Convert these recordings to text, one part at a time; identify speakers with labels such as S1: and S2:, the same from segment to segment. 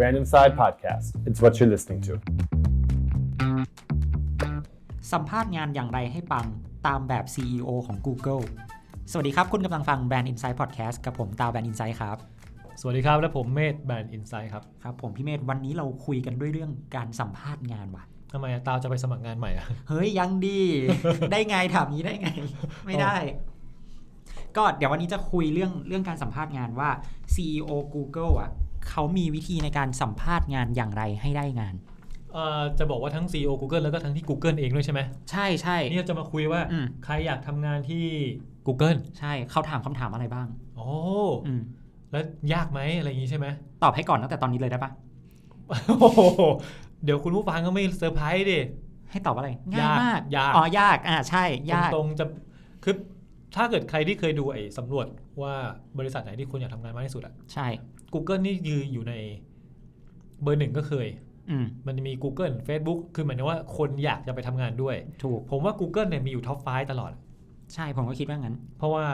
S1: Random Side Podcast. It's what you're listening to.
S2: สัมภาษณ์งานอย่างไรให้ปังตามแบบ CEO ของ Google สวัสดีครับ คุณกำลังฟัง Brand Insight Podcast กับผมตาว Brand Insight ครับ
S3: สวัสดีครับ และผมเมธแบรนด์อินไซด์ครับ
S2: ครับ ผมพี่เมธวันนี้เราคุยกันด้วยเรื่องการสัมภาษณ์งานว่ะ
S3: ทำไมอะตาวจะไปสมัครงานใหม่อะ
S2: เฮ้ย ยังดี ได้ไงถามนี้ได้ไง ไม่ได้ ก็เดี๋ยววันนี้จะคุยเรื่องเรื่องการสัมภาษณ์งานว่า CEO Google อ่ะเขามีวิธีในการสัมภาษณ์งานอย่างไรให้ได้งาน
S3: เอ่อจะบอกว่าทั้ง CEO Google แล้วก็ทั้งที่ Google เองด้วยใช่ไหม
S2: ใช่ใช่
S3: นี่เราจะมาคุยว่า
S2: อืม
S3: ใครอยากทำงานที่ Google
S2: ใช่เขาถามคำถามอะไรบ้าง
S3: โอ้
S2: อืม
S3: แล้วยากไหมอะไรอย่างงี้ใช่ไหม
S2: ตอบให้ก่อนตั้งแต่ตอนนี้เลยได้ปะ
S3: โอ้โหเดี๋ยวคุณผู้ฟังก็ไม่เซอร์ไพรส์ดิ
S2: ให้ตอบว่าอะไรง่ายมาก
S3: ยาก
S2: อ๋อยากอ่าใช่ยาก
S3: ตรงๆจะคือถ้าเกิดใครที่เคยดูไอ้สำรวจว่าบริษัทไหนที่คนอยากทำงานมากที่สุดอะ
S2: ใช่
S3: Google นี่ยืออยู่ในเบอร์หนึ่งก็เคย
S2: อืม
S3: มันจะมี Google Facebook คือหมายถึงว่าคนอยากจะไปทำงานด้วย
S2: ถูก
S3: ผมว่า Google เนี่ยมีอยู่ท็อป5ตลอด
S2: ใช่ ผมก็คิดว่างั้น
S3: เพราะว่า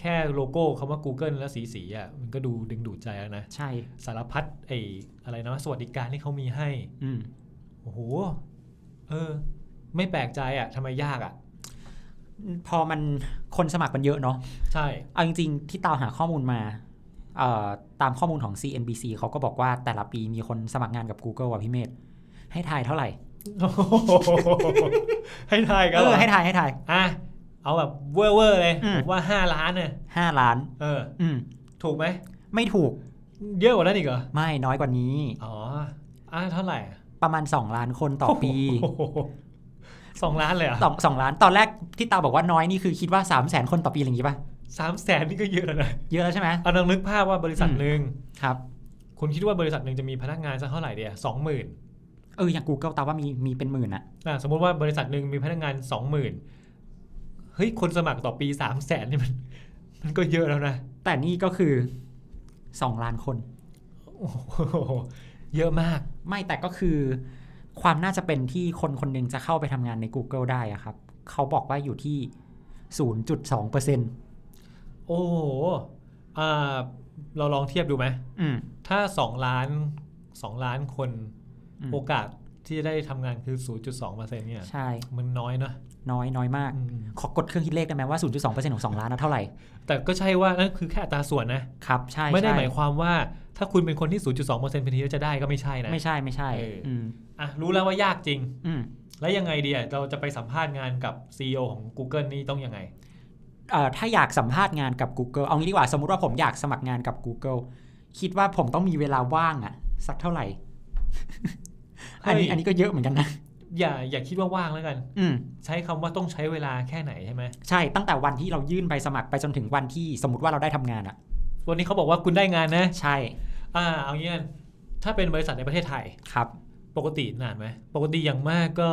S3: แค่โลโก้คำว่า Google แล้วสีสีๆอ่ะมันก็ดูดึงดูดใจแล้วนะ
S2: ใช่
S3: สารพัดไอ้อะไรนะสวัสดิการที่เขามีให้
S2: อืม
S3: โอ้โห เออ ไม่แปลกใจอ่ะทำไมยากอ่ะ
S2: พอมันคนสมัครมันเยอะเนาะ
S3: ใช่
S2: เอาจริงๆ ที่ตาวหาข้อมูลมาเอ่อตามข้อมูลของ CNBC เขาก็บอกว่าแต่ละปีมีคนสมัครงานกับ Google อ่ะพี่เมธให้ทายเท่าไหร่
S3: ให้ทายกัน
S2: เอ
S3: เห
S2: อ
S3: รอ
S2: ให้ทายให้ทาย
S3: อ่ะ เอาแบบเวอร์เวอร์ๆเลย
S2: อืม
S3: ผมว่า 5 ล้านเนี่ย
S2: ห้าล้าน
S3: เออ
S2: อืม
S3: ถูกไหม
S2: ไม่ถูก
S3: เยอะกว่านั้นอีกเหรอ
S2: ไม่น้อยกว่านี้
S3: อ๋ออ่ะเท่าไหร่อะ
S2: ประมาณ 2 ล้านคนต่อปี
S3: โอ้โหสองล้านเลยเหรอ่ะ
S2: สองสองล้าน ตอนแรกที่ตาวบอกว่าน้อยนี่คือคิดว่า 3 0 0แสนคนต่อปีอะไรอย่างงี้ป่ะ
S3: สามแสนนี่ก็เยอะแล้วนะ
S2: เยอะแล้วใช่ไหม
S3: เอาลองนึกภาพว่าบริษัท
S2: อืม
S3: หนึ่ง
S2: ครับ
S3: คุณคิดว่าบริษัทหนึ่งจะมีพนักงานสักเท่าไหร่เดียสองหมื่น
S2: เออ อย่าง Google ตาวว่ามีมีเป็นหมื่นอะ
S3: ะสมมติว่าบริษัทหนึ่งมีพนักงานสองหมื่นเฮ้ย คนสมัครต่อปีสามแสนนี่ มัน มันก็เยอะแล้วนะ
S2: แต่นี่ก็คือสองล้านคน
S3: โอ้โหเยอะมาก
S2: ไม่แต่ก็คือ ความน่าจะเป็นที่คนคนหนึ่งจะเข้าไปทำงานใน Google ได้อะครับ เขาบอกว่าอยู่ที่ 0.2เปอร์เซ็นต์
S3: โอ้โหอ่าเราลองเทียบดูไหม
S2: อืม
S3: ถ้าสองล้านสองล้านคน
S2: อืม
S3: โอกาสที่จะได้ทำงานคือ 0.2เปอร์เซ็นต์เนี่ย
S2: ใช่
S3: มันน้อยเนอะ
S2: น้อยน้อยมาก
S3: อืม
S2: ขอกดเครื่องคิดเลขได้ไหมว่า 0.2เปอร์เซ็นต์ของ 2 ล้านนะเท่าไหร่
S3: แต่ก็ใช่ว่านั่นคือแค่อัตราส่วนนะ
S2: ครับ ใช่
S3: ไม่ได้
S2: ใช่
S3: หมายความว่าถ้าคุณเป็นคนที่ 0.2เปอร์เซ็นต์พอดีแล้วจะได้ก็ไม่ใช่นะ
S2: ไม่ใช่ไม่ใช่
S3: เอออื
S2: อืม
S3: อ่ะรู้แล้วว่ายากจริง
S2: อืม
S3: แล้วยังไงดีอ่ะเราจะไปสัมภาษณ์งานกับ CEO ของ Google นี่ต้องยังไง
S2: เอ่อถ้าอยากสัมภาษณ์งานกับ Google เอางี้ดีกว่าสมมติว่าผมอยากสมัครงานกับ Google คิดว่าผมต้องมีเวลาว่างอะสักเท่าไหร่ อันนี้
S3: เฮ้ย
S2: อันนี้ก็เยอะเหมือนกันนะ
S3: อย่าอย่าคิดว่าว่างแล้วกัน
S2: อืม
S3: ใช้คำว่าต้องใช้เวลาแค่ไหนใช่ไหม
S2: ใช่ตั้งแต่วันที่เรายื่นใบสมัครไปจนถึงวันที่สมมติว่าเราได้ทำงานอะ
S3: วันนี้เขาบอกว่าคุณได้งานนะ
S2: ใช่
S3: อ่าเอางี้กันถ้าเป็นบริษัทในประเทศไทย
S2: ครับ
S3: ปกตินานไหมปกติอย่างมากก็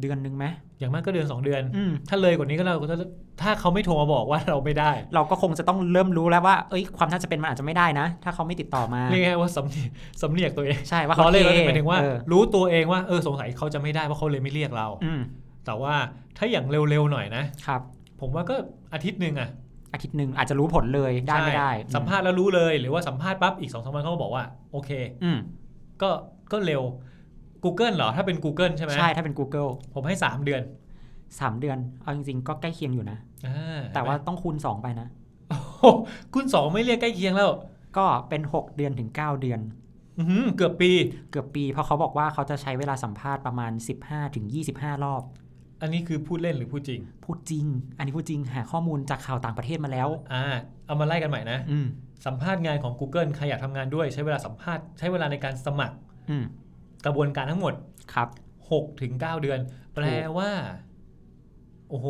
S2: เดือนนึงไหม
S3: อย่างมากก็เดือนสองเดือน
S2: อืม
S3: ถ้าเลยกว่านี้ก็เราก็จะถ้าเขาไม่โทรมาบอกว่าเราไม่ได้
S2: เราก็คงจะต้องเริ่มรู้แล้วว่าเอ้ยความน่าจะเป็นมันอาจจะไม่ได้นะ ถ้าเขาไม่ติดต่อมา
S3: เรียกง่ายๆว่าสำเนียกสำเนียกตัวเอง
S2: ใช่ว่า
S3: ว่าเขา
S2: เขา
S3: เล่น
S2: ท่
S3: หมายถึงว่า
S2: เออ
S3: รู้ตัวเองว่าเออสงสัยเขาจะไม่ได้เพราะเขาเลยไม่เรียกเรา
S2: อืม
S3: แต่ว่าถ้าอย่างเร็วๆหน่อยนะ
S2: ครับ
S3: ผมว่าก็อาทิตย์หนึ่งอะ
S2: อาทิตย์หนึ่งอาจจะรู้ผลเลยได้ไม่ได้
S3: ใช่สัมภาษณ์แล้วรู้เลย หรือว่าสัมภาษณ์ปั๊บอีกสองสามวันเขาก็บอกว่า โอเค
S2: อืม
S3: ก็ก็เร็ว Google เหรอ ถ้าเป็น Google ใช่ไหม
S2: ใช่ถ้าเป็น Google
S3: ผมให้ 3 เดือน
S2: สามเดือนเอาจริงๆ ก็ใกล้เคียงอยู่นะ
S3: อ่า
S2: แต่ว่าต้องคูณ 2 ไปนะ
S3: โอ้โหคุณสองไม่เรียกใกล้เคียงแล้ว
S2: ก็เป็น 6 เดือนถึง 9 เดือน
S3: อื้อหือเกือบปี
S2: เกือบปี เพราะเขาบอกว่าเขาจะใช้เวลาสัมภาษณ์ประมาณ 15-25 รอบ
S3: อันนี้คือพูดเล่นหรือพูดจริง
S2: พูดจริง อันนี้พูดจริง หาข้อมูลจากข่าวต่างประเทศมาแล้ว
S3: อ่าเอามาไล่กันใหม่นะ
S2: อืม
S3: สัมภาษณ์งานของ Google ใครอยากทำงานด้วยใช้เวลาสัมภาษณ์ใช้เวลาในการสมัคร
S2: อืม
S3: กระบวนการทั้งหมด
S2: ครับ
S3: หกถึงเก้าเดือน แปลว่า โอ้โห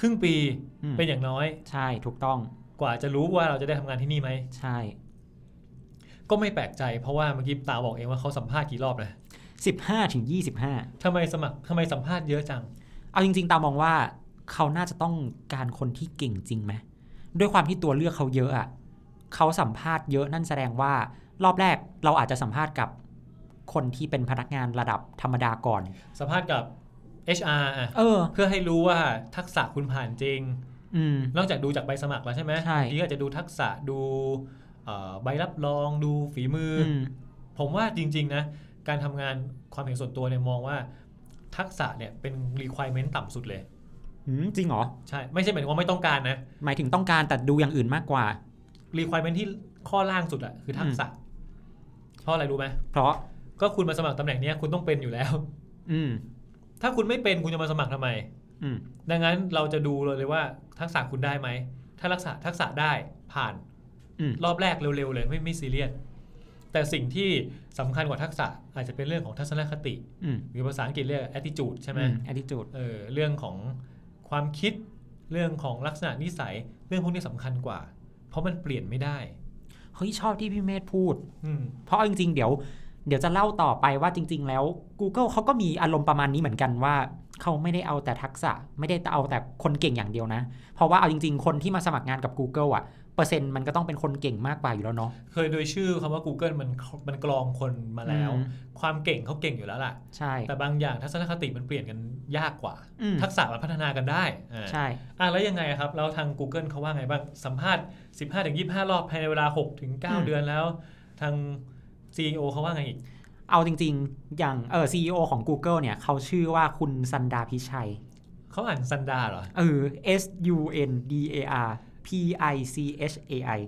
S3: ครึ่งปี
S2: อืม
S3: เป็นอย่างน้อย
S2: ใช่ ถูกต้อง
S3: กว่าจะรู้ว่าเราจะได้ทำงานที่นี่ไหม
S2: ใช่
S3: ก็ไม่แปลกใจเพราะว่าเมื่อกี้ตาบอกเองว่าเขาสัมภาษณ์กี่รอบนะ
S2: สิบห้าถึงยี่สิบห้า
S3: ทำไมสมัครทำไมสัมภาษณ์เยอะจัง
S2: เอาจริง ๆ ตามองว่าเขาน่าจะต้องการคนที่เก่งจริงไหม ด้วยความที่ตัวเลือกเขาเยอะอ่ะเขาสัมภาษณ์เยอะนั่นแสดงว่ารอบแรกเราอาจจะสัมภาษณ์กับคนที่เป็นพนักงานระดับธรรมดาก่อน
S3: สัมภาษณ์กับ HR อะ
S2: เออ
S3: เพื่อให้รู้ว่าทักษะคุณผ่านจริง
S2: อืม
S3: นอกจากดูจากใบสมัครแล้วใช่ไหม
S2: ใช่
S3: บางทีก็อาจจะดูทักษะดู เอ่อใบรับรองดูฝีมืออ
S2: ม
S3: ผมว่าจริง ๆ นะ การทำงานความเห็นส่วนตัวเนี่ยมองว่า ทักษะเนี่ยเป็น requirement ต่ำสุดเลย
S2: อืมจริงเหรอ
S3: ใช่ ไม่ใช่หมายถึงว่าไม่ต้องการนะ
S2: หมายถึงต้องการแต่ดูอย่างอื่นมากกว่า
S3: requirement ที่ข้อล่างสุดอะคือทักษะ เพราะอะไรรู้ไหม
S2: เพราะ
S3: ก็คุณมาสมัครตำแหน่งเนี้ยคุณต้องเป็นอยู่แล้ว
S2: อืม
S3: ถ้าคุณไม่เป็นคุณจะมาสมัครทำไม
S2: อืม
S3: ดังนั้นเราจะดูเลยว่าทักษะคุณได้ไหม ถ้ารักษาทักษะได้ผ่าน
S2: อืม
S3: รอบแรกเร็วๆเลยไม่ไม่ซีเรียส แต่สิ่งที่สำคัญกว่าทักษะอาจจะเป็นเรื่องของทัศนคติ
S2: อืม
S3: หรือภาษาอังกฤษเรียก attitude ใช่ไหม
S2: แอดิจูด
S3: เออเรื่องของความคิดเรื่องของลักษณะนิสัย เรื่องพวกนี้สำคัญกว่า เพราะมันเปลี่ยนไม่ได้
S2: เฮ้ยชอบที่พี่เมธพูด
S3: อืม
S2: เพราะเอาจริงๆ เดี๋ยว เดี๋ยวจะเล่าต่อไปว่าจริง ๆ แล้ว Google เขาก็มีอารมณ์ประมาณนี้เหมือนกันว่า เขาไม่ได้เอาแต่ทักษะ ไม่ได้เอาแต่คนเก่งอย่างเดียวนะ เพราะว่าเอาจริง ๆ คนที่มาสมัครงานกับ Google อ่ะเปอร์เซ็นต์มันก็ต้องเป็นคนเก่งมากกว่าอยู่แล้วเนาะ
S3: เคยโดยชื่อคำว่า Google มันมันกรองคนมาแล้ว
S2: อืม
S3: ความเก่งเขาเก่งอยู่แล้วล่ะ
S2: ใช่
S3: แต่บางอย่างทัศนคติมันเปลี่ยนกันยากกว่า
S2: อืม
S3: ทักษะมันพัฒนากันได้อ่า
S2: ใช่
S3: อ่ะแล้วยังไงอะครับ แล้วทาง Google เขาว่าไงบ้าง สัมภาษณ์ 15ถึง25 รอบภายในเวลา6ถึง
S2: อืม
S3: 9เดือนแล้ว ทาง CEO เขาว่าไงอีก
S2: เอาจริง ๆ อย่างเออซีอของ Google เนี่ยเขาชื่อว่าคุณสันดาพิชัย
S3: เขาอ่านซันดาเหรอ
S2: เออ S U N D A R P I C H A I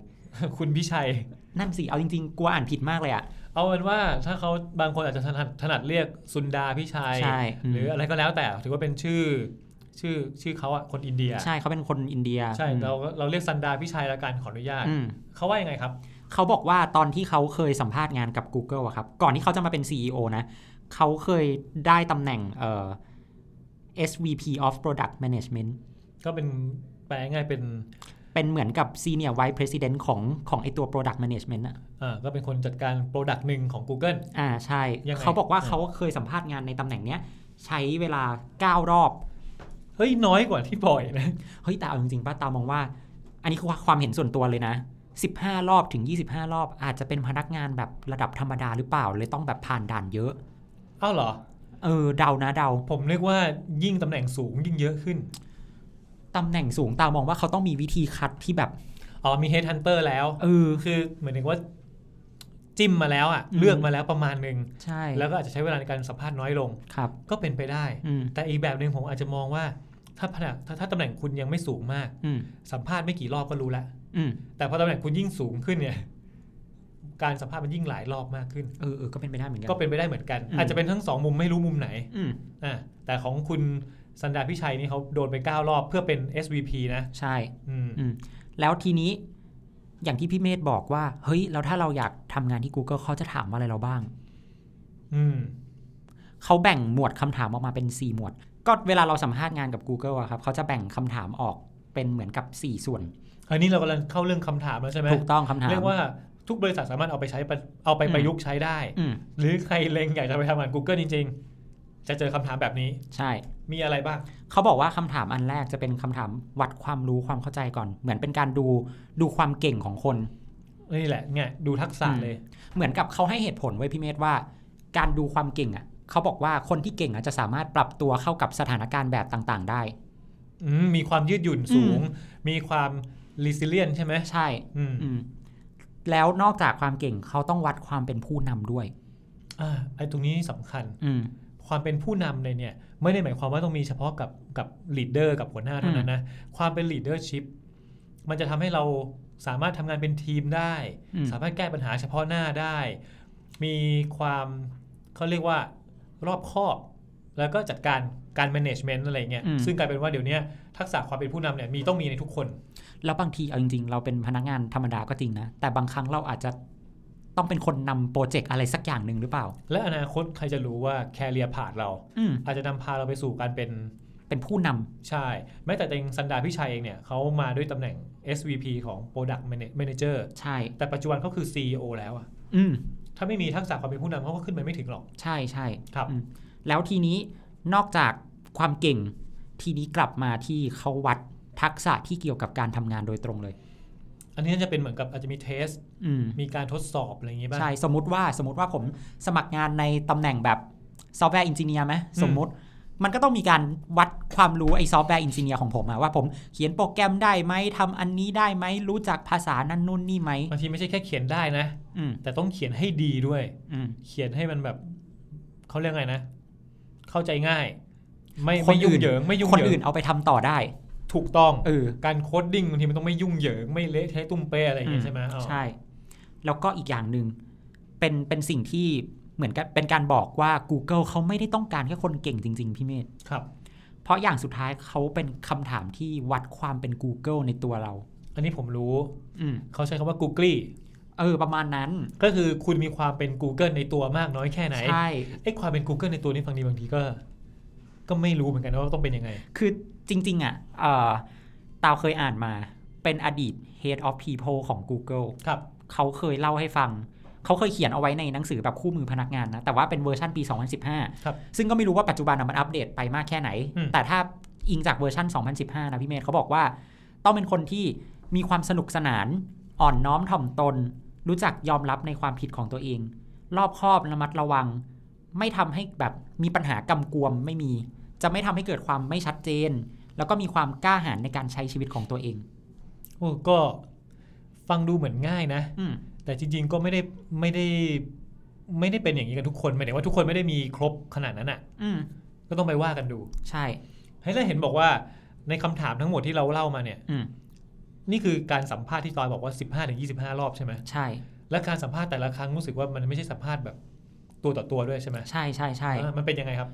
S3: คุณพิชัย
S2: นั่นสิ เอาจริงๆ กลัวอ่านผิดมากเลยอ่ะ
S3: เอาเป็นว่าถ้าเขาบางคนอาจจะถนัดถนัดเรียกซุนดาพิชัย
S2: ใช่อืม
S3: หรืออะไรก็แล้วแต่ถือว่าเป็นชื่อชื่อชื่อเขาอะคนอินเดีย
S2: ใช่เขาเป็นคนอินเดีย
S3: ใช่
S2: อืม
S3: เราเราเรียกซันดาพิชัยละกันขออนุญาต
S2: อืม
S3: เขาว่ายังไงครับ
S2: เขาบอกว่าตอนที่เขาเคยสัมภาษณ์งานกับ Google อะครับ ก่อนที่เขาจะมาเป็น CEO นะเขาเคยได้ตำแหน่งเอ่อ SVP of Product Management
S3: ก็เป็นแปลง่ายๆเป็น
S2: เป็นเหมือนกับ Senior Vice President ของของไอตัว Product Management อะ
S3: อ่าก็เป็นคนจัดการโปรดักต์หนึ่งของ Google
S2: อ่าใช่
S3: ยังไง
S2: เขาบอกว่าเขาเคยสัมภาษณ์งานในตำแหน่งเนี้ยใช้เวลา 9 รอบ
S3: เฮ้ยน้อยกว่าที่บ่อยนะ
S2: เฮ้ยแต่เอาจริงๆป้าตามองว่า อันนี้คือความเห็นส่วนตัวเลยนะ 15 รอบถึง 25 รอบ อาจจะเป็นพนักงานแบบระดับธรรมดาหรือเปล่าเลยต้องแบบผ่านด่านเยอะ
S3: อ้าวเหรอ
S2: เออเดานะเดา
S3: ผมนึกว่ายิ่งตำแหน่งสูงยิ่งเยอะขึ้น
S2: ตำแหน่งสูงตามองว่าเขาต้องมีวิธีคัดที่แบบ
S3: อ๋อมี Head Hunter แล้ว
S2: เออ
S3: คือเหมือนถึงว่าจิ้มมาแล้วอะ
S2: อืม
S3: เลือกมาแล้วประมาณหนึ่ง
S2: ใช่
S3: แล้วก็อาจจะใช้เวลาในการสัมภาษณ์น้อยลง
S2: ครับ
S3: ก็เป็นไปได้
S2: อืม
S3: แต่อีกแบบหนึ่งผมอาจจะมองว่า ถ้าผนักถ้าถ้าตำแหน่งคุณยังไม่สูงมาก
S2: อืม
S3: สัมภาษณ์ไม่กี่รอบก็รู้แล้ว
S2: อืม
S3: แต่พอตำแหน่งคุณยิ่งสูงขึ้นเนี่ย การสัมภาษณ์มันยิ่งหลายรอบมากขึ้น
S2: เออเออก็เป็นไปได้เหมือนกั
S3: ก็เป็นไปได้เหมือนกัน
S2: อืม
S3: อาจจะเป็นทั้งสองมุมไม่รู้มุมไหน
S2: อืม
S3: อ่ะแต่ของคุณสันดาพิชัยนี่เขาโดนไปเก้ารอบเพื่อเป็น SVP นะ
S2: ใช่
S3: อืม
S2: อืมแล้วทีนี้ อย่างที่พี่เมธบอกว่า เฮ้ย แล้วถ้าเราอยากทำงานที่ Google เขาจะถามว่าอะไรเราบ้าง
S3: อืม
S2: เขาแบ่งหมวดคำถามออกมาเป็น 4 หมวด ก็เวลาเราสัมภาษณ์งานกับ Google อะครับเขาจะแบ่งคำถามออกเป็นเหมือนกับ 4 ส่วน
S3: อันนี้เรากำลังเข้าเรื่องคำถามแล้วใช่ไหม
S2: ถูกต้องคำถาม
S3: เรียกว่าทุกบริษัทสามารถเอาไปใช้ประเอาไป
S2: อืม
S3: ประยุกต์ใช้ได้
S2: อืม
S3: หรือใครเล็งอยากจะไปทำงาน Google จริง ๆ จะเจอคำถามแบบนี้
S2: ใช่
S3: มีอะไรบ้าง
S2: เขาบอกว่าคำถามอันแรกจะเป็นคำถามวัดความรู้ความเข้าใจก่อน เหมือนเป็นการดูดูความเก่งของคน
S3: นี่แหละเนี่ยดูทักษะ
S2: อืม
S3: เลย
S2: เหมือนกับเขาให้เหตุผลไว้พี่เมธว่า การดูความเก่งอ่ะเขาบอกว่าคนที่เก่งอ่ะจะสามารถปรับตัวเข้ากับสถานการณ์แบบต่างๆ ได้
S3: อืมมีความยืดหยุ่นสูง มีความ resilient ใช่ไหม
S2: ใช่
S3: อืม
S2: อืมแล้วนอกจากความเก่งเขาต้องวัดความเป็นผู้นำด้วย
S3: อ่าไอ้ตรงนี้สำคัญ
S2: อืม
S3: ความเป็นผู้นำเลยเนี่ย ไม่ได้หมายความว่าต้องมีเฉพาะกับกับ leader กับหัวหน้าเท่านั้นนะความเป็น leadership มันจะทำให้เราสามารถทำงานเป็นทีมได้
S2: อืม
S3: สามารถแก้ปัญหาเฉพาะหน้าได้ มีความเขาเรียกว่ารอบคอบ แล้วก็จัดการการ management อะไรเงี้ย
S2: อืม
S3: ซึ่งกลายเป็นว่าเดี๋ยวเนี้ยทักษะความเป็นผู้นำเนี่ยมีต้องมีในทุกคน
S2: แล้วบางทีเอาจริง ๆ เราเป็นพนักงานธรรมดาก็จริงนะ แต่บางครั้งเราอาจจะต้องเป็นคนนำโปรเจกต์อะไรสักอย่างหนึ่งหรือเปล่า
S3: และอนาคตใครจะรู้ว่าแคเรียผ่านเรา
S2: อืม
S3: อาจจะนำพาเราไปสู่การเป็น
S2: เป็นผู้นำ
S3: ใช่ แม้แต่เต็งสันดาพิชัยเองเนี่ยเขามาด้วยตำแหน่ง SVP ของ Product Mana- Manager
S2: ใช่
S3: แต่ปัจจุบันเขาคือ CEO แล้วอะ
S2: อืม
S3: ถ้าไม่มีทักษะความเป็นผู้นำเขาก็ขึ้นไปไม่ถึงหรอก
S2: ใช่ใช่
S3: ครับ
S2: อืมแล้วทีนี้นอกจากความเก่ง ทีนี้กลับมาที่เขาวัดทักษะที่เกี่ยวกับการทำงานโดยตรงเลย
S3: อันนี้น่าจะเป็นเหมือนกับอาจจะมีเทส
S2: อืม
S3: มีการทดสอบอะไรอย่างงี้ป่ะ
S2: ใช่สมมติว่าสมมติว่าผมสมัครงานในตำแหน่งแบบซอฟต์แวร์อินจิเนียร์ไหมสมมติ มันก็ต้องมีการวัดความรู้ไอ้ซอฟต์แวร์อินจิเนียร์ของผมอะว่าผมเขียนโปรแกรมได้ไหมทำอันนี้ได้ไหมรู้จักภาษานั่นนู่นนี่ไหม
S3: บางทีไม่ใช่แค่เขียนได้นะ
S2: อืม
S3: แต่ต้องเขียนให้ดีด้วย
S2: อืม
S3: เขียนให้มันแบบเขาเรียกไงนะ เข้าใจง่าย ไม่
S2: คน
S3: ไม่ยุ่
S2: อื่น
S3: งเหยิงไม่ยุ่ง
S2: คน
S3: เหยิ
S2: อื่
S3: ง
S2: นเอาไปทำต่อได้
S3: ถูกต้อง
S2: เออ
S3: การโคดดิ้งบางทีมันต้องไม่ยุ่งเหยิงไม่เละเทะตุ้มเป้อะไรอย่างเงี้ย
S2: อืม
S3: ใช่ไหมอ๋อ
S2: ใช่ แล้วก็อีกอย่างหนึ่งเป็นเป็นสิ่งที่เหมือนกับเป็นการบอกว่า Google เขาไม่ได้ต้องการแค่คนเก่งจริง ๆ พี่เมธ
S3: ครับ
S2: เพราะอย่างสุดท้ายเขาเป็นคำถามที่วัดความเป็น Google ในตัวเรา
S3: อันนี้ผมรู้
S2: อืม
S3: เขาใช้คำว่า Google
S2: เออ ประมาณนั้น
S3: ก็คือคุณมีความเป็น Google ในตัวมากน้อยแค่ไหน
S2: ใช่
S3: ไอ้ความเป็น Google ในตัวนี่ฟังดีบางทีก็ ก็ไม่รู้เหมือนกันนะว่าต้องเป็นยังไง
S2: คือจริง ๆ อ่ะเออตาวเคยอ่านมาเป็นอดีต Head of People ของ Google
S3: ครับ
S2: เขาเคยเล่าให้ฟัง เขาเคยเขียนเอาไว้ในหนังสือแบบคู่มือพนักงานนะ แต่ว่าเป็นเวอร์ชันปี
S3: ครับ
S2: 2015 ซึ่งก็ไม่รู้ว่าปัจจุบันน่ะมันอัปเดตไปมากแค่ไหน
S3: อืม
S2: แต่ถ้าอิงจากเวอร์ชัน2015 นะพี่เมธเขาบอกว่า ต้องเป็นคนที่มีความสนุกสนาน อ่อนน้อมถ่อมตน รู้จักยอมรับในความผิดของตัวเอง รอบคอบระมัดระวัง ไม่ทำให้แบบมีปัญหากำกวมไม่มี จะไม่ทำให้เกิดความไม่ชัดเจน แล้วก็มีความกล้าหาญในการใช้ชีวิตของตัวเอง
S3: โอ้ก็ฟังดูเหมือนง่ายนะ
S2: อืม
S3: แต่จริง ๆ ก็ไม่ได้ไม่ได้ ไม่ได้เป็นอย่างนี้กันทุกคนหมายถึงว่าทุกคนไม่ได้มีครบขนาดนั้นอ่ะ
S2: อืม
S3: ก็ต้องไปว่ากันดู
S2: ใช่
S3: ให้ยแล้วเห็นบอกว่าในคำถามทั้งหมดที่เราเล่ามาเนี่ย
S2: อืม
S3: นี่คือการสัมภาษณ์ที่ตอยบอกว่า 15ถึง25 รอบใช่ไหม
S2: ใช่
S3: และการสัมภาษณ์แต่ละครั้งรู้สึกว่ามันไม่ใช่สัมภาษณ์แบบตัวต่อตัวด้วยใช่ไหม
S2: ใช่ใช่ใช่
S3: อ่ามันเป็นยังไงครับ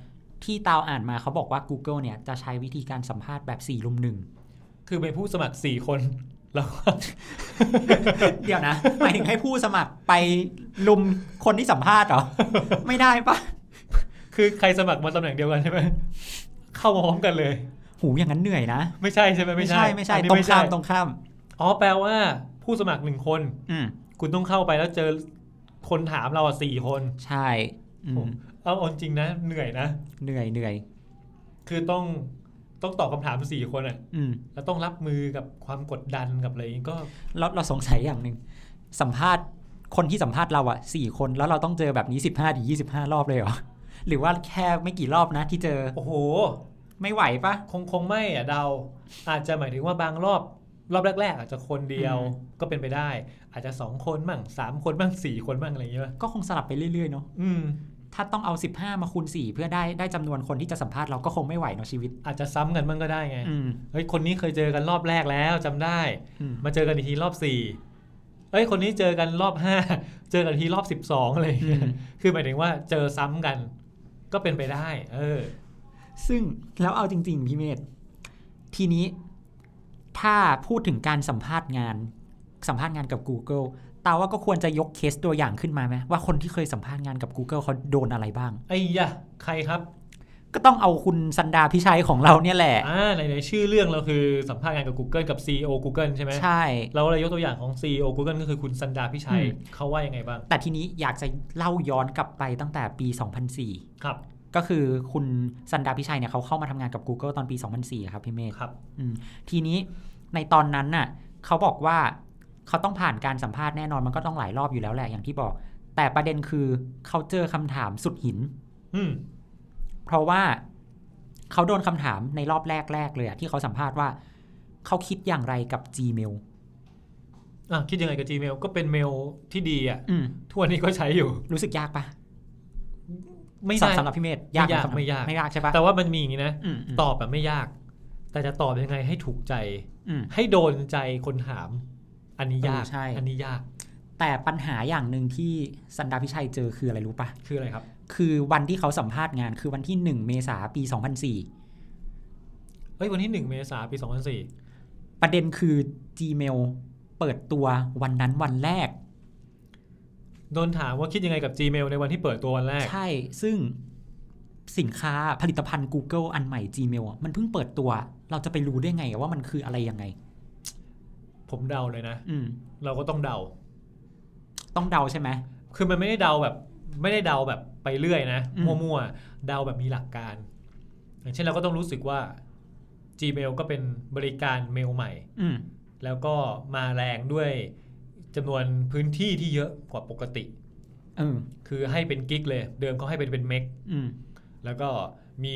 S2: ที่ตาวอ่านมาเขาบอกว่า Google เนี่ยจะใช้วิธีการสัมภาษณ์แบบ4ลุมหนึ่ง
S3: คือเป็นผู้สมัคร 4 คนแล้วก็
S2: เดี๋ยวนะ หมายถึงให้ผู้สมัครไปลุมคนที่สัมภาษณ์เหร อ ไม่ได้ปะ
S3: คือใครสมัครมาตำแหน่งเดียวกันใช่ไหมเข้ามาพร้อมกันเลย
S2: หูอย่างนั้นเหนื่อยนะ
S3: ไม่ใช่ใช่ไหม
S2: ไม่
S3: ไม่
S2: ใช่ไม่ใช่
S3: อันนี้
S2: ตรง
S3: ไใช่
S2: ข้ามตรงข้าม
S3: อ๋อแปลว่าผู้สมัครหนึ่งคน
S2: อืม
S3: คุณต้องเข้าไปแล้วเจอคนถามเราอ่ะสี่คน
S2: ใช่อืม
S3: เอาเอาจริงนะ เหนื่อยนะ
S2: เหนื่อยเหนื่อย
S3: คือต้องต้องตอบคำถามสี่คนอ่ะ
S2: อืม
S3: แล้วต้องรับมือกับความกดดันกับอะไรอย่างงี้ก็
S2: เราเราสงสัยอย่างหนึ่งสัมภาษณ์คนที่สัมภาษณ์เราอะสี่คนแล้วเราต้องเจอแบบนี้สิบห้าถึงยี่สิบห้ารอบเลยเหรอ หรือว่าแค่ไม่กี่รอบนะที่เจอ
S3: โอ้โห
S2: ไม่ไหวปะ
S3: คงคงไม่อ่ะเดา อาจจะหมายถึงว่าบางรอบ รอบแรก ๆ อาจจะคนเดียว
S2: อื
S3: ก็เป็นไปได้ อาจจะสองคนบ้างสามคนบ้างสี่คนบ้างอะไรอย่างเงี้ยป่ะ
S2: ก็คงสลับไปเรื่อยๆเนาะ
S3: อืม
S2: ถ้าต้องเอา 15 มาคูณ 4 เพื่อได้ได้จำนวนคนที่จะสัมภาษณ์เราก็คงไม่ไหวเนาะชีวิต
S3: อาจจะซ้ำกันบ้างก็ได้ไง
S2: อืม
S3: เฮ้ยคนนี้เคยเจอกันรอบแรกแล้วจำได้
S2: อืม
S3: มาเจอกันอีกทีรอบสี่เอ้ยคนนี้เจอกันรอบห้า เจอกันอีกทีรอบสิบสองอะไรอย่างเงี้ยคือหมายถึงว่าเจอซ้ำกัน ก็เป็นไปได้ เออ
S2: ซึ่งแล้วเอาจริง ๆ พี่เมธทีนี้ถ้าพูดถึงการสัมภาษณ์งาน สัมภาษณ์งานกับ Google ตาว่าก็ควรจะยกเคสตัวอย่างขึ้นมาไหมว่าคนที่เคยสัมภาษณ์งานกับ Google เขาโดนอะไรบ้าง
S3: ไอ้ยะใครครับ
S2: ก็ต้องเอาคุณสันดาพิชัยของเราเนี่ยแหละ
S3: อ่าไหนๆชื่อเรื่องเราคือสัมภาษณ์งานกับ Google กับ CEO Google ใช่ไหม
S2: ใช่
S3: เราเลยยกตัวอย่างของ CEO Google ก็คือคุณสันดาพิชัย
S2: อืม
S3: เขาว่ายังไงบ้าง
S2: แต่ทีนี้อยากจะเล่าย้อนกลับไปตั้งแต่ปี 2004
S3: ครับ
S2: ก็คือคุณสันดาพิชัยเนี่ยเขาเข้ามาทำงานกับ Google ตอนปี 2004 ครับพี่เมธ
S3: ครับ
S2: อืมทีนี้ในตอนนั้นน่ะเขาบอกว่าเขาต้องผ่านการสัมภาษณ์แน่นอนมันก็ต้องหลายรอบอยู่แล้วแหละอย่างที่บอก แต่ประเด็นคือเขาเจอคำถามสุดหิน
S3: อืม
S2: เพราะว่าเขาโดนคำถามในรอบแรก ๆ เลยอะที่เขาสัมภาษณ์ว่าเขาคิดอย่างไรกับ Gmail
S3: อ่ะคิดยังไงกับ Gmail ก็เป็นเมลที่ดีอ่ะ
S2: อืม
S3: ทั่วนี้ก็ใช้อยู่
S2: รู้สึกยากปะ
S3: ไม่
S2: สำ
S3: ได้
S2: สำหรับพี่เมธ
S3: ไม่ยา
S2: หสำ
S3: ก
S2: หรับ
S3: ไม่ยาก
S2: ไม่ยากใช่ปะ
S3: แต่ว่ามันมีอย่างนี้นะ
S2: อืมอืม
S3: ตอบแบบไม่ยาก แต่จะตอบยังไงให้ถูกใจ
S2: อืม
S3: ให้โดนใจคนถาม อันนี้ยาก
S2: เออใช่
S3: อันนี้ยาก
S2: แต่ปัญหาอย่างหนึ่งที่สันดาพิชัยเจอคืออะไรรู้ปะ
S3: คืออะไรครับ
S2: คือวันที่เขาสัมภาษณ์งานคือวันที่ 1 เมษาปี 2004
S3: เฮ้ยวันที่ 1 เมษายนปี
S2: ประเด็นคือ Gmail เปิดตัววันนั้นวันแรก
S3: 2004 โดนถามว่าคิดยังไงกับ Gmail ในวันที่เปิดตัววันแรก
S2: ใช่ซึ่งสินค้าผลิตภัณฑ์ Google อันใหม่ Gmail อะมันเพิ่งเปิดตัว เราจะไปรู้ได้ไงว่ามันคืออะไรยังไง
S3: ผมเดาเลยนะ
S2: อืม
S3: เราก็ต้องเดา
S2: ต้องเดาใช่ไหม
S3: คือมันไม่ได้เดาแบบไม่ได้เดาแบบไปเรื่อยนะ
S2: อืม
S3: มั่วๆเดาแบบมีหลักการ อย่างเช่นเราก็ต้องรู้สึกว่า Gmail ก็เป็นบริการเมลใหม่
S2: อืม
S3: แล้วก็มาแรงด้วยจำนวนพื้นที่ที่เยอะกว่าปกติ
S2: เออ
S3: คือให้เป็นกิกเลย เดิมเขาให้เป็นเป็นเมก
S2: อืม
S3: แล้วก็มี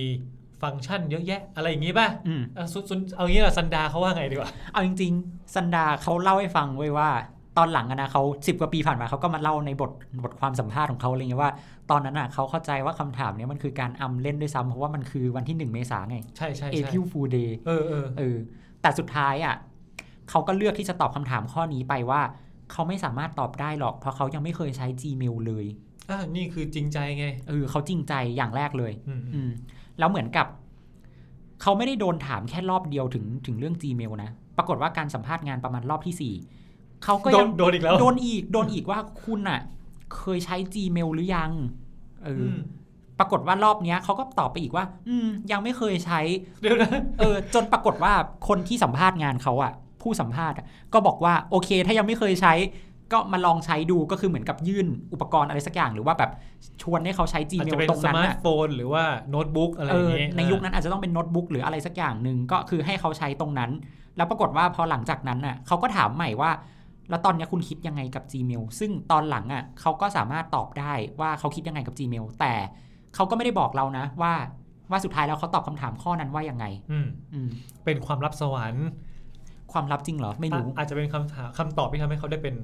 S3: ฟังก์ชันเยอะแยะ อะไรอย่างงี้ป่ะ
S2: อืม
S3: เอาสุดสุดเอางี้ละซันดาเขาว่าไงดีกว่า
S2: เอาจริงๆซันดาเขาเล่าให้ฟังไว้ยว่า ตอนหลังอะนะเขาสิบกว่าปีผ่านมาเขาก็มาเล่าในบทบทความสัมภาษณ์ของเขาอะไรเงี้ยว่า ตอนนั้นอะเขาเข้าใจว่าคำถามเนี้ยมันคือการอำเล่นด้วยซ้ำเพราะว่ามันคือวันที่หนึ่งเมษาไง
S3: ใช่ใช่
S2: เอ
S3: ใช่
S2: พิวฟูเดย์
S3: เออเออ
S2: เออแต่สุดท้ายอะเขาก็เลือกที่จะตอบคำถามข้อนี้ไปว่า เขาไม่สามารถตอบได้หรอก เพราะเขายังไม่เคยใช้ Gmail เลย
S3: อ่ะนี่คือจริงใจไง
S2: เออเขาจริงใจอย่างแรกเลย
S3: อืม
S2: อืมแล้วเหมือนกับ เขาไม่ได้โดนถามแค่รอบเดียวถึงถึงเรื่อง Gmail นะ ปรากฏว่าการสัมภาษณ์งานประมาณรอบที่สี่เขาก็
S3: โด
S2: ยั
S3: น
S2: ง
S3: โดนอีกแล้ว
S2: โดนอีก โดนอีกว่าคุณอะเคยใช้ Gmail หรือยังเอออ
S3: ม
S2: ปรากฏว่ารอบเนี้ยเขาก็ตอบไปอีกว่า อืม ยังไม่เคยใช้
S3: เดี๋ยวนะ
S2: เออ จนปรากฏว่าคนที่สัมภาษณ์งานเขาอะผู้สัมภาษณ์อะก็บอกว่าโอเค ถ้ายังไม่เคยใช้ ก็มาลองใช้ดูก็คือเหมือนกับยื่นอุปกรณ์อะไรสักอย่าง หรือว่าแบบชวนให้เขาใช้
S3: อาจ
S2: Gmail
S3: จะเป็น
S2: ตรง
S3: ส
S2: นั้น
S3: มาร์ท
S2: อะ
S3: โฟนหรือว่าโน้ตบุ๊กอะไรอ
S2: เอย่าง อ
S3: เงี้ย
S2: ในยุคนั้นอาจจะต้องเป็นโน้ตบุ๊กหรืออะไรสักอย่างหนึ่งก็คือให้เขาใช้ตรงนั้น แล้วปรากฏว่าพอหลังจากนั้นน่ะเขาก็ถามใหม่ว่า แล้วตอนเนี้ยคุณคิดยังไงกับ Gmail ซึ่งตอนหลังอ่ะเขาก็สามารถตอบได้ว่าเขาคิดยังไงกับ Gmail แต่เขาก็ไม่ได้บอกเรานะว่าว่าสุดท้ายแล้วเขาตอบคำถามข้อนั้นว่ายังไง
S3: อืม
S2: อืม
S3: เป็นความลับสวรรค์
S2: ความลับจริงเหรอ ไม่รู้
S3: อ่ะอาจจะเป็นคำถามคำตอบที่ทำให้เขาได้เป็น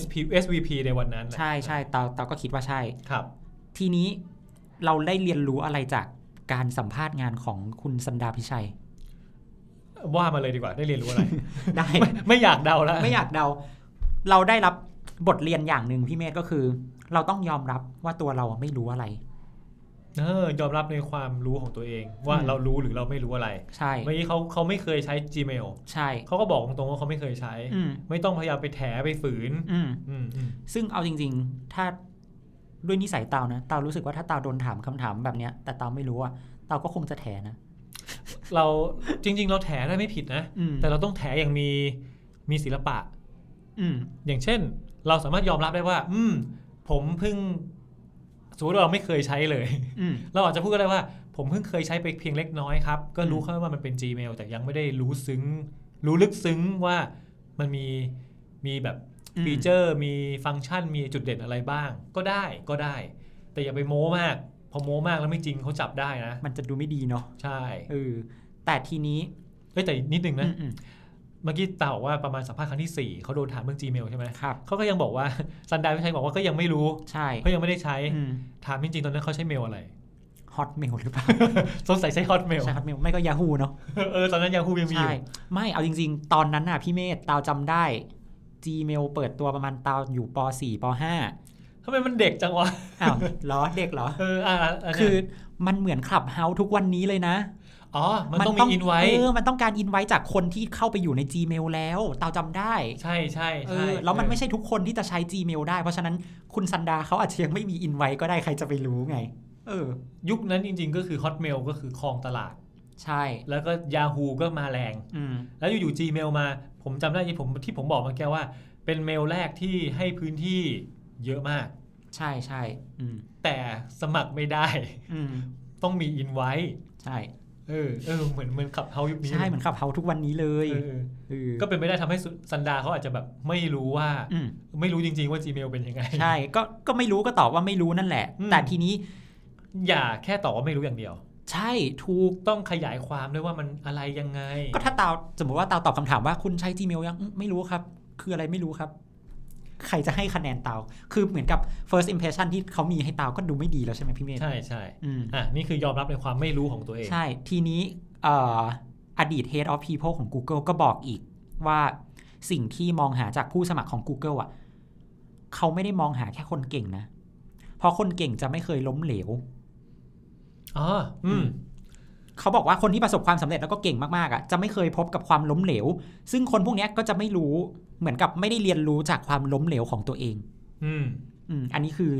S3: SP SVP ในวันนั้นแหละ
S2: ใช่ใช่เตาเตาก็คิดว่าใช่
S3: ครับ
S2: ทีนี้เราได้เรียนรู้อะไรจากการสัมภาษณ์งานของคุณสันดาพิชัย
S3: ว่ามาเลยดีกว่าได้เรียนรู้อะไร
S2: ได้
S3: ไม่ไม่อยากเดาแล้ว
S2: ไม่อยากเดา เราได้รับบทเรียนอย่างหนึ่งพี่เมธก็คือ เราต้องยอมรับว่าตัวเราไม่รู้อะไร
S3: เออยอมรับในความรู้ของตัวเอง ว่า
S2: อืม
S3: เรารู้หรือเราไม่รู้อะไร
S2: ใช่
S3: เมื่อกี้เขาเขาไม่เคยใช้ Gmail
S2: ใช่
S3: เขาก็บอกตรงๆว่าเขาไม่เคยใช้
S2: อืม
S3: ไม่ต้องพยายามไปแถไปฝืน
S2: อืม
S3: อืมอืม
S2: ซึ่งเอาจริง ๆ ถ้าด้วยนิสัยเตานะเตารู้สึกว่าถ้าเตาโดนถามคำถามแบบเนี้ย แต่เตาไม่รู้อะเตาก็คงจะแถนะ
S3: เราจริง ๆ เราแถได้ไม่ผิดนะ
S2: อืม
S3: แต่เราต้องแถอย่างมีมีศิลปะ
S2: อืม
S3: อย่างเช่น เราสามารถยอมรับได้ว่า อืม ผมเพิ่งสมมติว่าเราไม่เคยใช้เลย
S2: อืม
S3: เราอาจจะพูดก็ได้ว่า ผมเพิ่งเคยใช้ไปเพียงเล็กน้อยครับ ก็รู้
S2: อืม
S3: แค่ว่ามันเป็น Gmail แต่ยังไม่ได้รู้ซึ้ง รู้ลึกซึ้งว่ามันมีมีแบบฟีเจอร์ มีฟังก์ชัน มีจุดเด่นอะไรบ้าง ก็ได้ก็ได้ แต่อย่าไปโม้มาก พอโม้มากแล้วไม่จริงเขาจับได้นะ
S2: มันจะดูไม่ดีเนาะ
S3: ใช่
S2: เออแต่ทีนี้
S3: เอ้ยแต่นิดนึง
S2: อื
S3: นะ
S2: มอืม
S3: เมื่อกี้ตาบอกว่าประมาณสัมภาษณ์ครั้งที่สี่เขาโดนถามเรื่อง Gmail ใช่ไหม
S2: ครับ
S3: เขาก็ยังบอกว่า ซันดาพิชัยบอกว่าก็ยังไม่รู้
S2: ใช่
S3: เขายังไม่ได้ใช้
S2: อืม
S3: ถามจริงๆ ตอนนั้นเขาใช้เมลอะไร
S2: ฮอตเมลหรือเปล่า
S3: สงสัยใช้ฮอตเมล
S2: ใช่ฮอตเมลไม่ก็ยาฮูเนาะ
S3: เออ ตอนนั้นยังฮูยังมีอ
S2: ใช่
S3: ยู่
S2: ไม่เอาจริงๆ ตอนนั้นน่ะพี่เมธตาวจำได้ Gmail เปิดตัวประมาณตาวอยู่ป .4 ป .5
S3: ทำไมมันเด็กจังวะ
S2: อ้าวเหรอเด็กเหรอ
S3: เออ อ่าอนเนี้ย
S2: คือมันเหมือนคลับเฮาทุกวันนี้เลยนะ
S3: อ๋อ มันต้องมีอินไว้
S2: เออมันต้องการอินไว้จากคนที่เข้าไปอยู่ใน Gmail แล้วตาวจำได้
S3: ใช่ใช่
S2: เอ
S3: ใช่
S2: อแล้วมันไม่
S3: เออ
S2: ใช่ทุกคนที่จะใช้ Gmail ได้ เพราะฉะนั้นคุณซันดาเขาอาจจะยังไม่มีอินไว้ก็ได้ใครจะไปรู้ไง เออ
S3: ยุคนั้นจริงๆ ก็คือฮอตเมลก็คือครองตลาด
S2: ใช่
S3: แล้วก็ Yahoo ก็มาแรง
S2: อืม
S3: แล้วอยู่ๆ Gmail มา ผมจำได้ที่ผมที่ผมบอกเมื่อกี้ว่า เป็นเมลแรกที่ให้พื้นที่เยอะมาก
S2: ใช่ใช่อืม
S3: แต่สมัครไม่ได้
S2: อืม
S3: ต้องมีอินไว้
S2: ใช่
S3: เออ เออ เหมือนเหมือนขับเฮายุคนี้
S2: ใช่เหมือนคลับเฮาทุกวันนี้เล
S3: เอย อเออ
S2: เออ
S3: ก็เป็นไปได้ทำให้ซันดาเขาอาจจะแบบไม่รู้ว่า
S2: อืม
S3: ไม่รู้จริงๆว่า Gmail เป็นยังไง
S2: ใช่ ก็ ก็ไม่รู้ก็ตอบว่าไม่รู้นั่นแหละ
S3: อืม
S2: แต่ทีนี้
S3: อย่าแค่ตอบว่าไม่รู้อย่างเดียว
S2: ใช่ ถูก
S3: ต้องขยายความด้วยว่ามันอะไรยังไง
S2: ก็ถ้าตาวสมมติว่าตาวตอบคำถามว่าคุณใช้ Gmail ยังอืมไม่รู้ครับ คืออะไรไม่รู้ครับ ใครจะให้คะแนนตาว คือเหมือนกับ first impression ที่เขามีให้ตาวก็ดูไม่ดีแล้วใช่ไหมพี่เมย์
S3: ใช่ใช่
S2: อืม
S3: อ่ะนี่คือยอมรับในความไม่รู้ของตัวเอง
S2: ใช่ ทีนี้เอ่ออดีต head of people ของ Google ก็บอกอีกว่าสิ่งที่มองหาจากผู้สมัครของ Google อ่ะ เขาไม่ได้มองหาแค่คนเก่งนะ เพราะคนเก่งจะไม่เคยล้มเหลว
S3: อ๋อ อืม
S2: เขาบอกว่าคนที่ประสบความสำเร็จแล้วก็เก่งมากๆอ่ะจะไม่เคยพบกับความล้มเหลว ซึ่งคนพวกเนี้ยก็จะไม่รู้เหมือนกับไม่ได้เรียนรู้จากความล้มเหลวของตัวเอง
S3: อืม
S2: อืมอันนี้คือ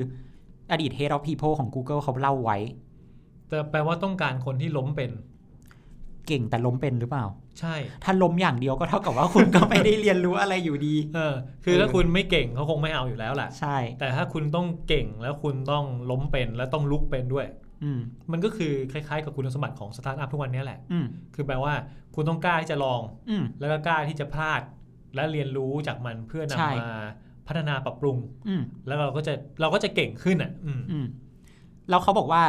S2: อดีต Head of People ของ Google เขาเล่าไว้
S3: แต่แปลว่าต้องการคนที่ล้มเป็น
S2: เก่งแต่ล้มเป็นหรือเปล่า
S3: ใช่
S2: ถ้าล้มอย่างเดียวก็เท่ากับว่าคุณก็ไม่ได้เรียนรู้อะไรอยู่ดี
S3: เออ คือ
S2: เออ
S3: ถ้าคุณไม่เก่งเขาคงไม่เอาอยู่แล้วแหละ
S2: ใช่
S3: แต่ถ้าคุณต้องเก่งแล้วคุณต้องล้มเป็นแล้วต้องลุกเป็นด้วย
S2: อืม
S3: มันก็คือคล้ายๆ กับคุณสมบัติของสตาร์ทอัพทุกวันนี้แหละ
S2: อืม
S3: คือแปลว่าคุณต้องกล้าที่จะลอง
S2: อืม
S3: แล้วก็กล้าที่จะพลาดและเรียนรู้จากมันเพื่อนำ
S2: ใช่
S3: มาพัฒนาปรับปรุง
S2: อืม
S3: แล้วเราก็จะเราก็จะเก่งขึ้นอ่ะ อืม
S2: อืมแล้วเขาบอกว่า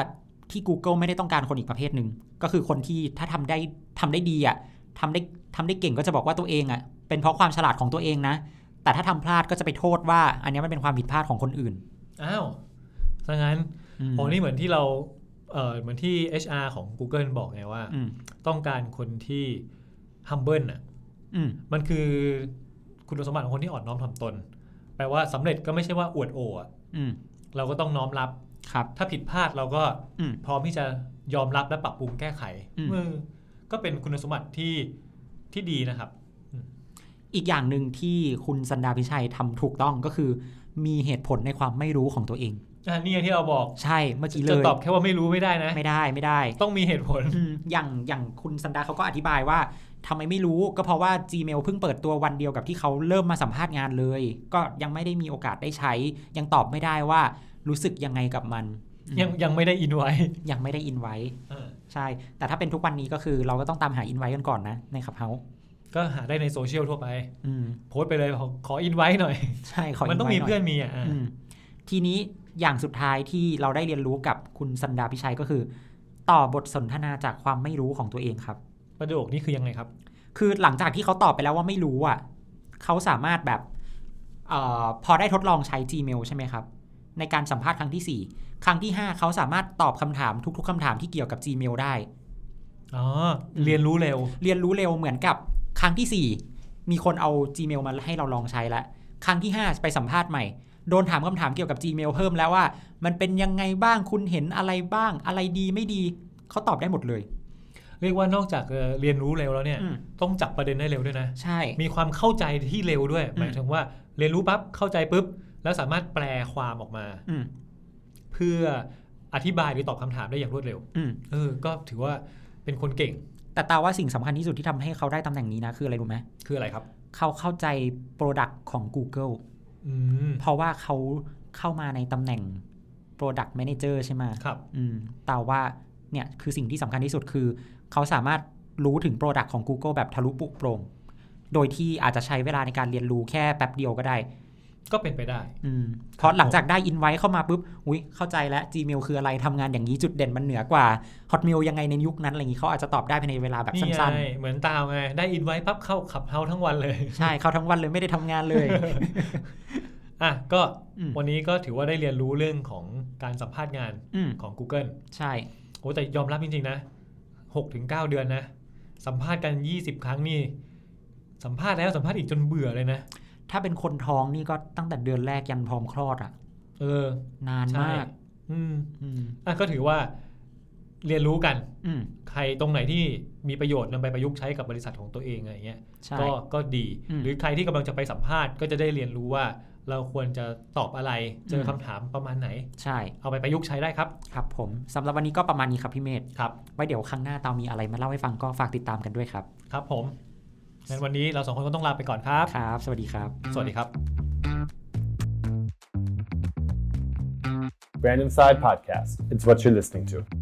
S2: ที่ Google ไม่ได้ต้องการคนอีกประเภทหนึ่งก็คือคนที่ถ้าทำได้ทำได้ดีอ่ะทำได้ทำได้เก่งก็จะบอกว่าตัวเองอ่ะเป็นเพราะความฉลาดของตัวเองนะ แต่ถ้าทำพลาดก็จะไปโทษว่า อันเนี้ยมันเป็นความผิดพลาดของคนอื่น
S3: อ้าวถ้างั้น
S2: อืม
S3: โอ้นี่เหมือนที่เราเออเหมือนที่ HR ของ Google บอกไงว่า
S2: อืม
S3: ต้องการคนที่ humble น่ะ
S2: อืม
S3: มันคือคุณสมบัติของคนที่อ่อนน้อมถ่อมตน แปลว่าสำเร็จก็ไม่ใช่ว่าอวดโออะ
S2: อืม
S3: เราก็ต้องน้อมรับ
S2: ครับ
S3: ถ้าผิดพลาดเราก็
S2: อืม
S3: พร้อมที่จะยอมรับและปรับปรุงแก้ไข
S2: อืม
S3: เออก็เป็นคุณสมบัติที่ที่ดีนะครับ
S2: อีกอย่างหนึ่งที่คุณสันดาพิชัยทำถูกต้องก็คือ มีเหตุผลในความไม่รู้ของตัวเอง
S3: อ่านี่ไงที่เราบอก
S2: ใช่เมื่อกี้เล
S3: จะ
S2: ย
S3: ตอบแค่ว่าไม่รู้ไม่ได้นะ
S2: ไม่ได้ไม่ได้
S3: ต้องมีเหตุผล
S2: อืม อย่างอย่างคุณสันดาเขาก็อธิบายว่าทำไมไม่รู้ก็เพราะว่า Gmail เพิ่งเปิดตัววันเดียวกับที่เขาเริ่มมาสัมภาษณ์งานเลย ก็ยังไม่ได้มีโอกาสได้ใช้ ยังตอบไม่ได้ว่ารู้สึกยังไงกับมันอืม
S3: ยังยังไม่ได้อินไว้
S2: ยังไม่ได้อินไว้
S3: เออ
S2: ใช่ แต่ถ้าเป็นทุกวันนี้ก็คือเราก็ต้องตามหาอินไว้กันก่อนนะในขับเฮา
S3: ก็หาได้ในโซเชียลทั่วไป
S2: อืม
S3: โพสต์ไปเลยขอขออินไว้หน่อย
S2: ใช่ขอ
S3: มันต้องมี
S2: invite หย
S3: เพื่อนมีอ่ะอ่ะ
S2: อืมทีนี้อย่างสุดท้ายที่เราได้เรียนรู้กับคุณสันดาพิชัยก็คือ ต่อบทสนทนาจากความไม่รู้ของตัวเองครับ
S3: ประโยคนี้คือยังไงครับ
S2: คือหลังจากที่เขาตอบไปแล้วว่าไม่รู้อ่ะเขาสามารถแบบเออพอได้ทดลองใช้ Gmail ใช่ไหมครับ ในการสัมภาษณ์ครั้งทีสี่ 4 ครั้งที่ 5 เขาสามารถตอบคำถามทุก ๆคำถามที่เกี่ยวกับ Gmail ได้
S3: อ๋อ เรียนรู้เร็ว
S2: เรียนรู้เร็วเหมือนกับครั้งทีสี่ 4 มีคนเอา Gmail มาให้เราลองใช้ละครั้งที่ 5 ไปสัมภาษณ์ใหม่ โดนถามคำถามเกี่ยวกับ Gmail เพิ่มแล้วว่า มันเป็นยังไงบ้างคุณเห็นอะไรบ้าง อะไรดีไม่ดี เขาตอบได้หมดเลย
S3: เรียกว่านอกจากเอ่อเรียนรู้เร็วแล้วเนี่ย
S2: อืม
S3: ต้องจับประเด็นได้เร็วด้วยนะ
S2: ใช่
S3: มีความเข้าใจที่เร็วด้วย
S2: อืม
S3: หมายถึงว่าเรียนรู้ปั๊บเข้าใจปุ๊บ แล้วสามารถแปลความออกมา
S2: อืม
S3: เพื่ออธิบายหรือตอบคำถามได้อย่างรวดเร็ว
S2: อืม
S3: เออ ก็ถือว่าเป็นคนเก่ง
S2: แต่ตาว่าสิ่งสำคัญที่สุดที่ทำให้เขาได้ตำแหน่งนี้นะคืออะไรรู้ไหม
S3: คืออะไรครับ
S2: เขาเข้าใจ Product ของ Google
S3: อืม
S2: เพราะว่าเขาเข้ามาในตำแหน่ง Product Manager ใช่ไหม
S3: ครับ
S2: อืมแต่ว่าเนี่ยคือสิ่งที่สำคัญที่สุดคือ เขาสามารถรู้ถึงโปรดักต์ของ Google แบบทะลุปุโปรง โดยที่อาจจะใช้เวลาในการเรียนรู้แค่แป๊บเดียวก็ได้
S3: ก็เป็นไปได้
S2: อืมเพราะหลังจากได้อินไว้เข้ามาปุ๊บอุ๊ยเข้าใจแล้ว Gmail คืออะไรทำงานอย่างนี้จุดเด่นมันเหนือกว่า Hotmail ยังไงในยุคนั้นอะไรอย่างนี้เขาอาจจะตอบได้ภายในเวลาแบบ
S3: นี่
S2: สั้น
S3: ไงเหมือนตามไง ได้อินไว้ปั๊บเข้าขับเฮาทั้งวันเลย
S2: ๆ ใช่เขาทั้งวันเลยไม่ได้ทำงานเลย
S3: อ่ะก็
S2: อืม
S3: วันนี้ก็ถือว่าได้เรียนรู้เรื่องของการสัมภาษณ์งาน
S2: อืม
S3: ของ Google
S2: ใช่
S3: โอ้แต่ยอมรับจริงๆนะ6ถึง9เดือนนะ สัมภาษณ์กัน 20 ครั้งนี่ สัมภาษณ์แล้วสัมภาษณ์อีกจนเบื่อเลยนะ
S2: ถ้าเป็นคนท้องนี่ก็ตั้งแต่เดือนแรกยันพร้อมคลอดอะ
S3: เออ
S2: นาน
S3: ใช่
S2: มาก
S3: อืม
S2: อืม
S3: อ่ะก็ถือว่าเรียนรู้กัน
S2: อืม
S3: ใครตรงไหนที่มีประโยชน์นำไปประยุกต์ใช้กับบริษัทของตัวเองอะไรเงี้ย
S2: ใช่
S3: ก็ก็ดี
S2: อืม
S3: หรือใครที่กำลังจะไปสัมภาษณ์ก็จะได้เรียนรู้ว่า เราควรจะตอบอะไร เจออ
S2: ม
S3: คำถามประมาณไหน
S2: ใช่
S3: เอาไปประยุกต์ใช้ได้ครับ
S2: ครับผมสำหรับวันนี้ก็ประมาณนี้ครับพี่เมธ
S3: ครับ
S2: ไว้เดี๋ยวครั้งหน้าตามีอะไรมาเล่าให้ฟังก็ฝากติดตามกันด้วยครับ
S3: ครับผม งั้นวันนี้เราสองคนก็ต้องลาไปก่อนครับ
S2: ครับ สวัสดีครับ
S3: สวัสดีครับ
S1: Random Side Podcast. It's what you're listening to.